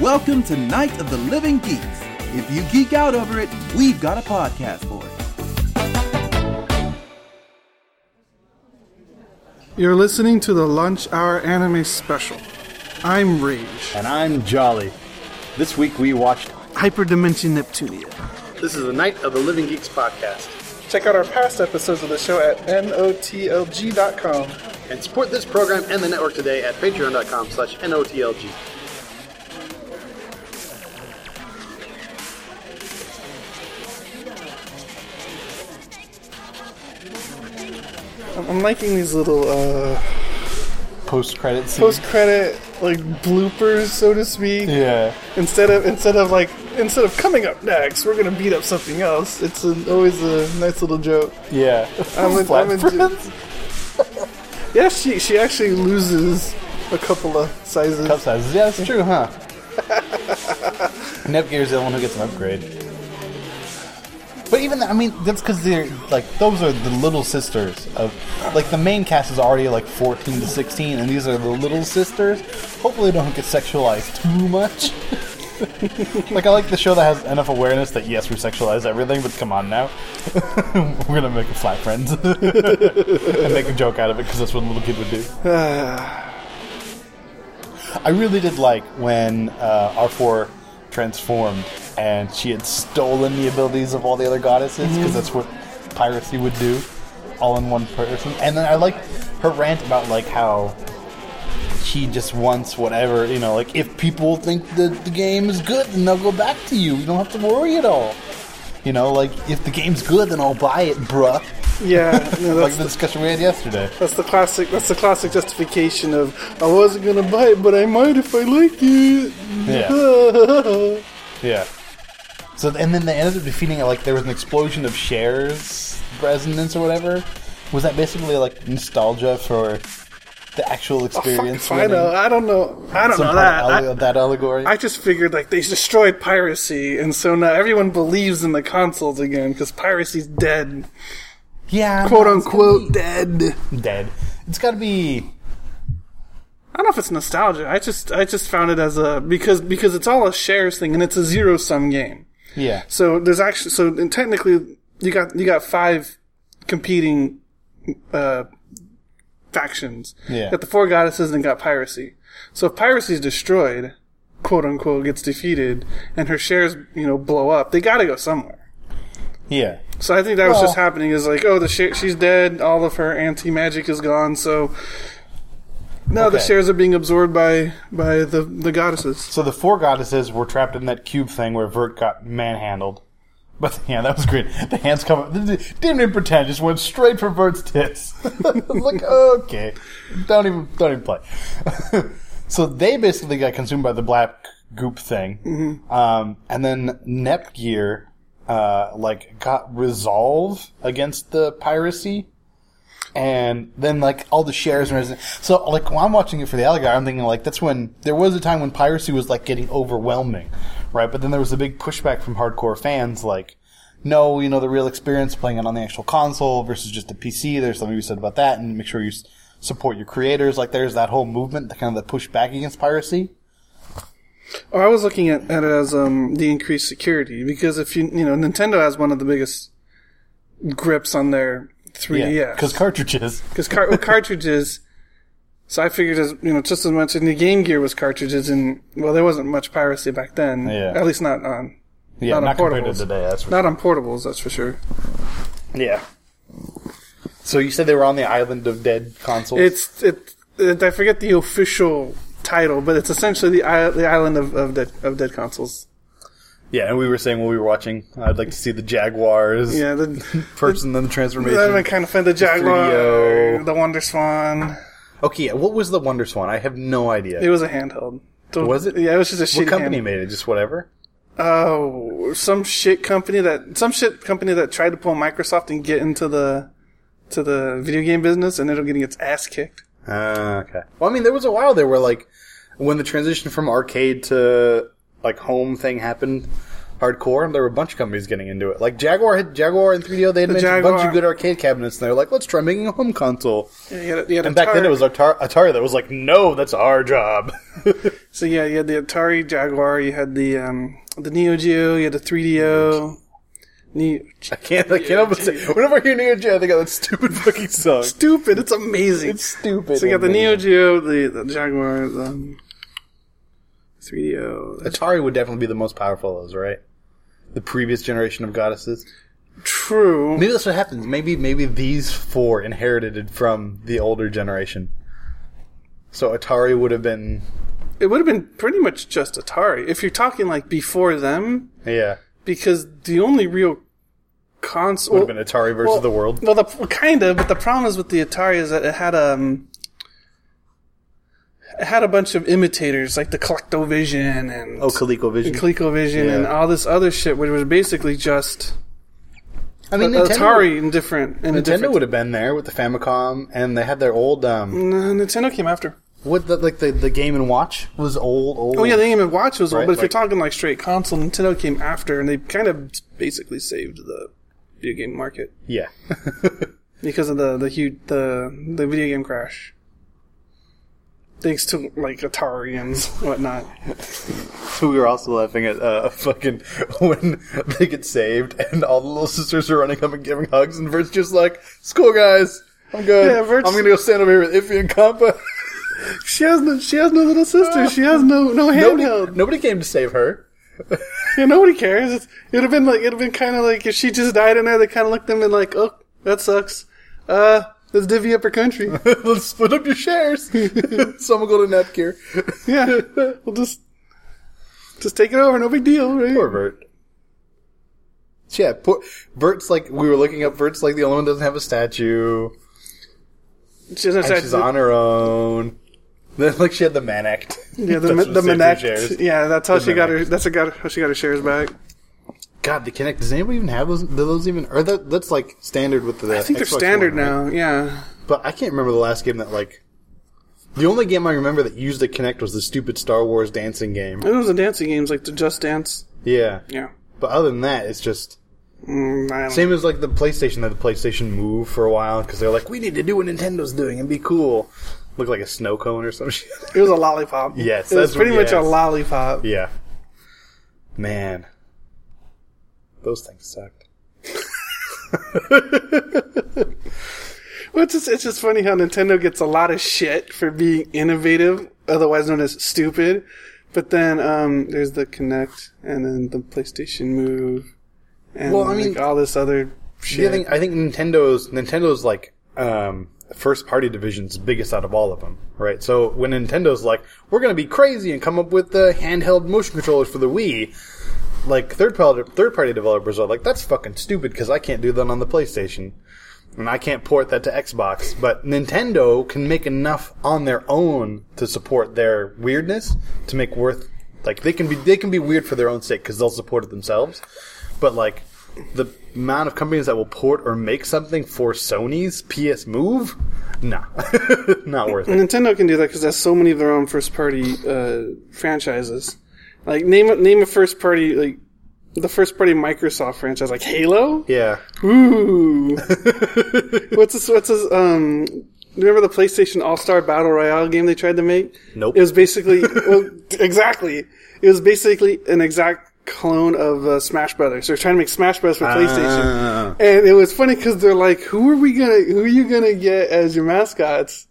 Welcome to Night of the Living Geeks. If you geek out over it, we've got a podcast for it. You're listening to the Lunch Hour Anime Special. I'm Rage. And I'm Jolly. This week we watched Hyperdimension Neptunia. This is the Night of the Living Geeks podcast. Check out our past episodes of the show at notlg.com. And support this program and the network today at patreon.com slash notlg. I'm I'm liking these little uh, post credit scene. post-credit like bloopers, so to speak. yeah. Instead of instead of like instead of coming up next, we're gonna beat up something else. It's an, always a nice little joke. Yeah. I'm in- Flat I'm in- friends. Yeah, she she actually loses a couple of sizes. Cup sizes. Yeah, that's true, huh? Nepgear's the one who gets an upgrade. But even that, I mean, that's because they're like those are the little sisters of like the main cast is already like 14 to 16, and these are the little sisters. Hopefully, they don't get sexualized too much. like I like the show that has enough awareness that yes, we sexualize everything, but come on now, we're gonna make a flat friends and make a joke out of it because that's what a little kid would do. I really did like when uh, R4 transformed and she had stolen the abilities of all the other goddesses because that's what piracy would do, all in one person. And then I liked her rant about like how she just wants whatever you know. Like if people think that the game is good, then they'll go back to you. You don't have to worry at all. You know, like if the game's good, then I'll buy it, bruh. Yeah, no, Like that's, the discussion we had yesterday. that's the classic. That's the classic justification of I wasn't gonna buy it, but I might if I like it. Yeah. Yeah. So and then they ended up defeating it. Like there was an explosion of shares resonance or whatever. Was that basically like nostalgia for the actual Fuck experience? if I know. winning? I don't know. I don't Some know part that. of alle- I- that allegory. I just figured like they destroyed piracy, and so now everyone believes in the consoles again because piracy's dead, yeah, quote no, it's unquote gotta dead. I be dead. It's got to be. don't know if it's nostalgia. I just I just found it as a because because it's all a shares thing, and it's a zero sum game. Yeah. So there's actually so and technically you got you got five competing uh, factions. Yeah. Got the four goddesses and got piracy. So if piracy's destroyed, quote unquote, gets defeated, and her shares you know blow up, they got to go somewhere. Yeah. So I think that was just Well- happening is like, oh, the share she's dead. All of her anti magic is gone. So now the Okay. shares are being absorbed by by the the goddesses. So the four goddesses were trapped in that cube thing where Vert got manhandled. But yeah, that was great. The hands come up. Didn't even pretend. Just went straight for Vert's tits. like okay, don't even don't even play. so they basically got consumed by the black goop thing, um, and then Nepgear uh, like got resolve against the piracy. And then, like, all the shares and everything. So, like, when I'm watching it for the Allegar, I'm thinking, like, that's when there was a time when piracy was, like, getting overwhelming, right? But then there was a big pushback from hardcore fans, like, no, you know, the real experience playing it on the actual console versus just the PC. There's something you said about that, and make sure you s- support your creators. Like, there's that whole movement that kind of that push back against piracy. Or Oh, I was looking at, at it as um the increased security because if you you know Nintendo has one of the biggest grips on their 3DS Because cartridges. because car- with cartridges. So I figured as you know, just as much in the Game Gear was cartridges, and well, there wasn't much piracy back then. Yeah. At least not on Yeah, Not on not, compared to portables. today, that's for not on portables, that's for sure. Yeah. So you said they were on the island of dead consoles? It's it, it. I forget the official title, but it's essentially the i- the island of of dead, of dead consoles. Yeah, and we were saying what we were watching. I'd like to see the Jaguars Yeah, the, first and then the that transformation. would kind of fun. The Jaguar, 3DO. the Wonder Swan. okay, yeah, what was the Wonder Swan? I have no idea. It was a handheld. So- Was it? Yeah, it was just a shitty what company hand- made it? Just whatever? Oh, some shit company that some shit company that tried to pull Microsoft and get into the to the video game business, and ended up getting its ass kicked. Ah, okay. Well, I mean, there was a while there where, like, when the transition from arcade to, like, home thing happened hardcore, there were a bunch of companies getting into it. Like, Jaguar had Jaguar and 3DO, they had made a bunch Jaguar. of good arcade cabinets, and they were like, let's try making a home console. You had a- you had a And back then Atari. it was Atari, Atari that was like, no, that's our job. So yeah, you had the Atari Jaguar, you had the um, the Neo Geo, you had the 3DO. Neo- I can't. I can't help but say. Whenever I hear Neo Geo, I think of that stupid fucking song. stupid, it's amazing. It's stupid. so you got the and Neo Geo, the, the Jaguar, the um, 3DO. That's Atari would definitely be the most powerful of those, right? The previous generation of goddesses. true. Maybe that's what happens. Maybe maybe these four inherited it from the older generation. So Atari would have been It would have been pretty much just Atari if you're talking like before them, yeah. because the only real console Would have been Atari versus the world. Well, the, kind of, but the problem is with the Atari is that it had um, it had a bunch of imitators like the Collectovision and Oh, ColecoVision. ColecoVision and Yeah. all this other shit, which was basically just I mean, Nintendo, Uh, Atari in different. In a Nintendo different would have been there with the Famicom, and they had their old um, No, Nintendo came after. what the, like the the Game and Watch was old, old. Oh yeah, the Game and Watch was Right, old, but if like- you're talking like straight console, Nintendo came after, and they kind of basically saved the video game market yeah. because of the the huge the the video game crash. Thanks to like Atari and whatnot. So we were also laughing at uh, fucking when they get saved and all the little sisters are running up and giving hugs and Vert's just like, "School guys, I'm good. Yeah, Vert's- I'm gonna go stand over here with Iffy and Compa." She has no. She has no little sister. She has no no handheld. nobody, nobody came to save her. Yeah, nobody cares. It's, it'd have been like it'd have been kind of like if she just died in there. They kind of looked at them and like, oh, that sucks. Uh, let's divvy up our country. Let's split up your shares. Someone go to Netgear. yeah, we'll just just take it over. No big deal. Right? Poor Vert. Yeah, poor Vert's like we were looking up. Vert's like the only one that doesn't have a statue. She doesn't And have- she's on her own. Then like she had the man act. Yeah, the, That's the what saved her Manect. shares. Yeah, that's how she got her. Manect. That's how got how she got her shares back. God, the Kinect. Does anybody even have those? Do those even? Or that that's like standard with the. I think they're standard now. Yeah, But I can't remember the last game that like. The only game I remember that used the Kinect was the stupid Star Wars dancing game. it was in dancing games like the Just Dance. Yeah, Yeah, but other than that, it's just Mm, I don't same as like the PlayStation. That the PlayStation moved for a while because they're like, we need to do what Nintendo's doing and be cool. Look like a snow cone or some shit. It was a lollipop. Yes, it was that's pretty what- much a yes. lollipop. yeah, man, those things sucked. Well, It's just, it's just funny how Nintendo gets a lot of shit for being innovative, otherwise known as stupid. But then um, there's the Kinect, and then the PlayStation Move, and Well, I mean- like, all this other Yeah, I shit. think I think Nintendo's Nintendo's like um, first party division's biggest out of all of them, right? So when Nintendo's like, we're gonna be crazy and come up with the handheld motion controllers for the Wii, like third party third party developers are like, that's fucking stupid because I can't do that on the PlayStation. And I can't port that to Xbox, but Nintendo can make enough on their own to support their weirdness to make worth like they can be they can be weird for their own sake because they'll support it themselves. But like the amount of companies that will port or make something for Sony's PS Move, nah, not worth it. Nintendo can do that because has so many of their own first party uh, franchises. Like name a- name a first party like the first party Microsoft franchise like Halo. Yeah, Ooh, what's this? What's this? Um, remember the PlayStation All Star Battle Royale game they tried to make? Nope. It was basically well, exactly. It was basically an exact clone of uh, Smash Brothers. They're trying to make Smash Brothers Ah. for PlayStation, and it was funny because they're like, "Who are we gonna? Who are you gonna get as your mascots?"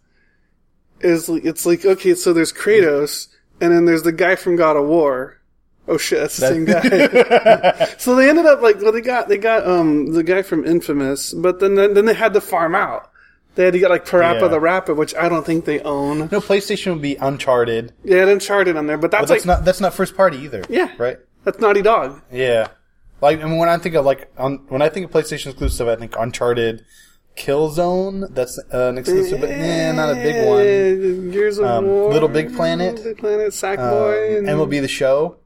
Is it's like okay, so there's Kratos, and then there's the guy from God of War. Oh shit, that's the same guy. So they ended up like well they got they got um the guy from Infamous, but then then, then they had to farm out. They had to get like Parappa Yeah. the Rapper, which I don't think they own. no PlayStation would be Uncharted, They had Uncharted on there, but but that's that's like not that's not first party either. Yeah. right. that's Naughty Dog. Yeah, like I mean, when I think of like on, when I think of PlayStation exclusive, I think Uncharted, Killzone. That's uh, an exclusive, but eh, not a big one. Eh, Gears of Um, War, Little Big Planet. Little Big Planet, Sackboy, and Um, MLB the Show.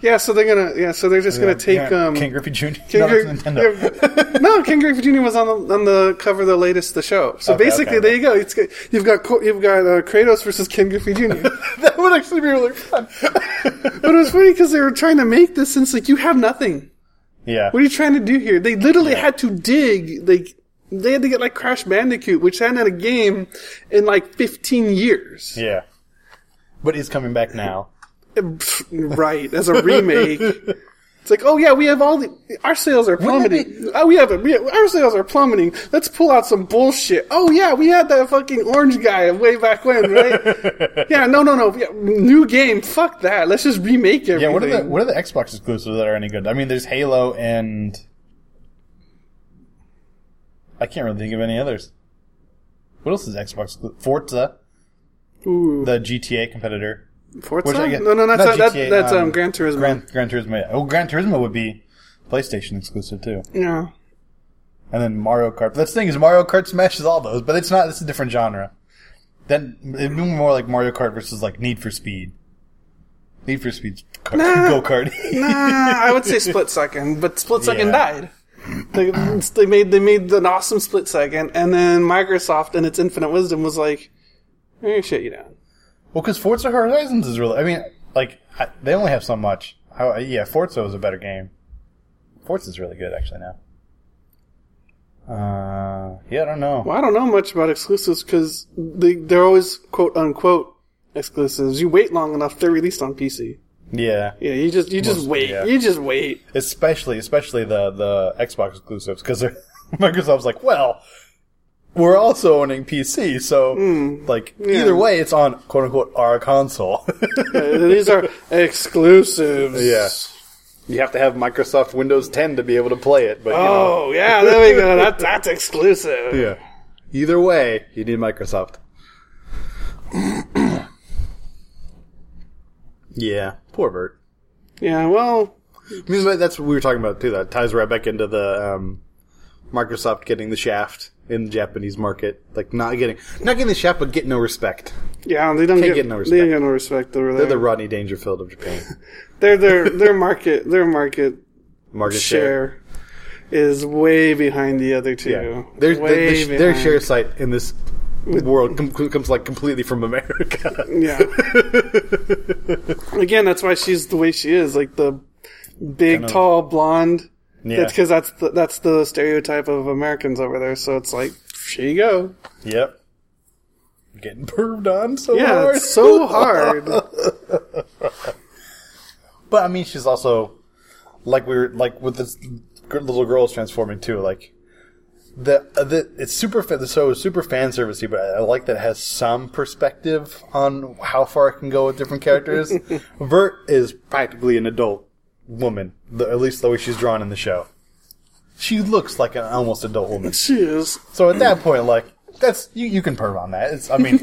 yeah. So they're gonna yeah. So they're just gonna take Yeah, um. King Griffey Jr. King no, that's Gri- Nintendo. yeah. no, King Griffey Jr. was on the, on the cover of the latest the show. So Okay, basically, okay. there you go. It's, got- you've got Co- you've got uh, Kratos versus King Griffey Jr. that would actually be really fun. But it was funny because they were trying to make this, and it's like you have nothing. yeah. What are you trying to do here? They literally had to dig. They they had to get like Crash Bandicoot, which hadn't had a game in like 15 years. Yeah. But it's coming back now. right as a remake. It's like, oh yeah, we have all the our sales are plummeting. Oh, we have, a, we have our sales are plummeting. Let's pull out some bullshit. Oh yeah, we had that fucking orange guy way back when, right? yeah, no, no, no, yeah, new game. Fuck that. Let's just remake everything. Yeah, what are the what are the Xbox exclusives that are any good? I mean, there's Halo and I can't really think of any others. What else is Xbox? exclu- Forza, Ooh, the GTA competitor. Forza? Which I get- No, no, that's not that, GTA, that's um, um, Gran Turismo. Gran, Gran Turismo. yeah. Oh, Gran Turismo would be PlayStation exclusive too. yeah. And then Mario Kart. That's the thing is Mario Kart smashes all those, but it's not. It's a different genre. Then it'd be more like Mario Kart versus like Need for Speed. Need for Speed's go kart. Nah, Uh, I would say Split Second, but Split Second Yeah. died. They, they made they made an awesome Split Second, and then Microsoft and its infinite wisdom was like, "Eh, shit, you down." Well, because Forza Horizons is really. I mean, like I, they only have so much. How, yeah, Forza is a better game. Forza's really good actually now. Uh, yeah, I don't know. Well, I don't know much about exclusives because they they're always quote unquote exclusives. You wait long enough, they're released on PC. Yeah, Yeah, you just you just Mostly, wait, yeah. you just wait. especially especially the the Xbox exclusives because Microsoft's like, well, we're also owning PC, so Hmm. like either way, it's on quote unquote our console. Uh, These are exclusives. Yeah. You have to have Microsoft Windows 10 to be able to play it, but you know, Oh yeah, there we go. That, that's Oh, exclusive. yeah. Either way, you need Microsoft. yeah, poor Bert. Yeah. Well, I mean, but that's what we were talking about too. That ties right back into the um, Microsoft getting the shaft in the Japanese market, like not getting not getting the shaft, but getting no respect. yeah, they don't Can't get, get no They don't respect. get no respect over there. They're the Rodney Dangerfield of Japan. their their their market their market Market share. share is way behind the other two. Yeah. Their, their- way their- their behind. share site in this world com- comes like completely from America. Yeah. Again, that's why she's the way she is, like the big, tall, blonde. Yeah. Because that's the, that's the stereotype of Americans over there. So it's like, here you go. yep. Getting perved on so Yeah, hard. it's so hard. But I mean, she's also like we were like with this gr- little girl is transforming too. Like the uh, the it's super fa- so it's super fan servicey, but I, I like that it has some perspective on how far it can go with different characters. Vert is practically an adult woman, the, at least the way she's drawn in the show. She looks like an almost adult woman. she is. So at that point, like that's you, you can perv on that. It's I mean,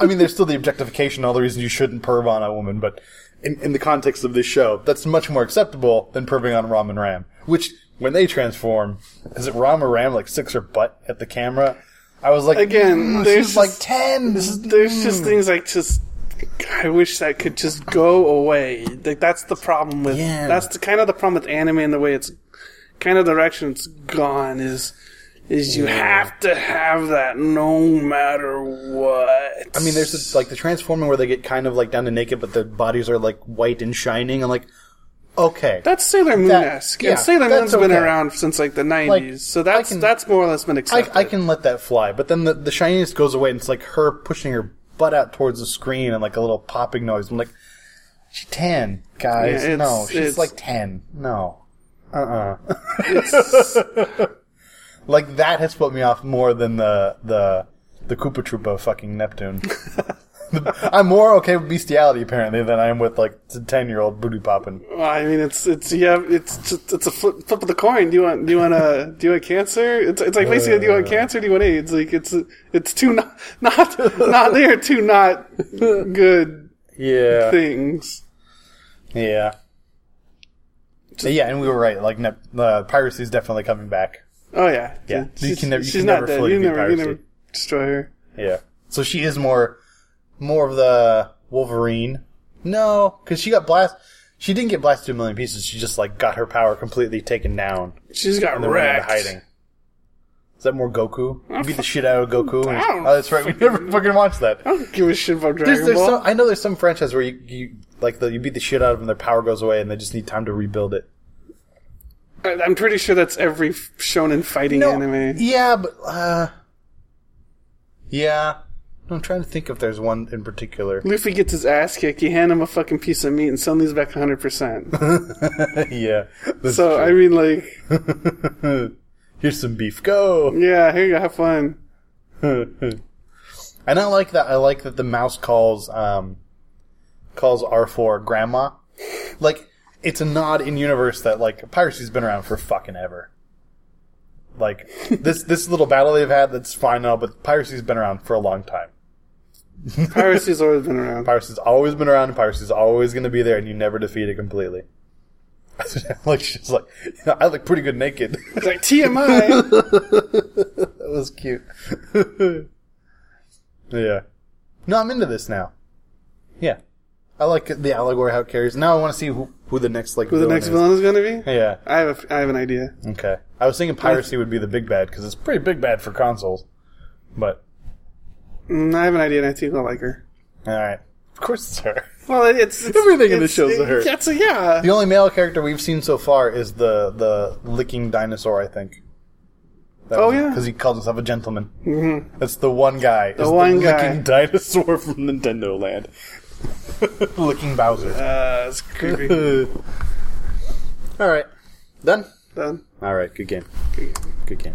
I mean, there's still the objectification, all the reasons you shouldn't perv on a woman, but in, in the context of this show, that's much more acceptable than perving on Ram and Ram, which when they transform, is it Ram or Ram like sticks her butt at the camera? I was like, Again, "Mm, there's she's like just- ten. This is There's just things like just. I wish that could just go away. Like that's the problem with Yeah. that's the kind of the problem with anime and the way it's kind of direction it's gone is is you have to have that no matter what. I mean, there's this, like the transforming where they get kind of like down to naked, but their bodies are like white and shining. I'm like, okay, that's Sailor Moon esque. yeah, and Sailor that's Moon's been okay. around since like the nineties, so that's I can- that's more or less been I, accepted. I can let that fly, but then the, the shininess goes away, and it's like her pushing her butt out towards the screen and like a little popping noise. I'm like, she ten guys, Yeah, it's- no, it's- she's like ten, no, uh, uh like that has put me off more than the the the Koopa Troopa fucking Neptune. I'm more okay with bestiality apparently than I am with like the ten year old booty popping. Well, I mean, it's it's yeah, it's just, it's a flip, flip of the coin. Do you want do you want a do you want cancer? It's it's like basically, do you Uh. want cancer? Do you want AIDS? Like it's it's two not not not they are two not good Yeah, things. Yeah. yeah, and we were right. Like, ne- uh, piracy is definitely coming back. Oh yeah, Yeah. You She's- can never- you she's can not never dead. fully You beat never you piracy. never destroy her. Yeah. So she is more, more of the Wolverine. No, because she got blast. She didn't get blasted to a million pieces. She just like got her power completely taken down She's got and then went into wrecked. hiding. Is that more Goku? You beat the shit out of Goku. and- don't oh, that's right. We never fucking watched that. I don't give a shit about Dragon There's, there's Ball. some, I know there's some franchise where you, you like the, you beat the shit out of them, their power goes away, and they just need time to rebuild it. I- I'm pretty sure that's every f- shonen fighting No, anime. Yeah, but uh, yeah, I'm trying to think if there's one in particular. Luffy gets his ass kicked. You hand him a fucking piece of meat, and suddenly he's back 100. percent yeah. This- So I mean, like, Here's some beef. Go. yeah, here you go, have fun. and I like that. I like that the mouse calls um, calls R four grandma. Like it's a nod in universe that like piracy's been around for fucking ever. Like this this little battle they've had that's fine now, but piracy's been around for a long time. Piracy's always been around. Piracy's always been around, and piracy's always going to be there, and you never defeat it completely. like she's like, I look pretty good naked. It's like TMI. That was cute. yeah. No, I'm into this now. Yeah. I like the allegory how it carries. Now I want to see who, who the next like Who the next is. villain is gonna be? Yeah. I have a f I have an idea. Okay. I was thinking piracy would be the big bad because it's pretty big bad for consoles. But Mm, I have an idea, and I think I'll like her. all right, of course it's her. Well, it- it's, it's Everything in it's- this show's a her. That's a, yeah. The only male character we've seen so far is the the licking dinosaur. I think. Oh, yeah. because he calls himself a gentleman. Mm-hmm. That's the one guy. The one the guy. licking, Dinosaur from Nintendo Land. licking Bowser. Uh, it's creepy. all right, done. Done. All right, good game. Good game.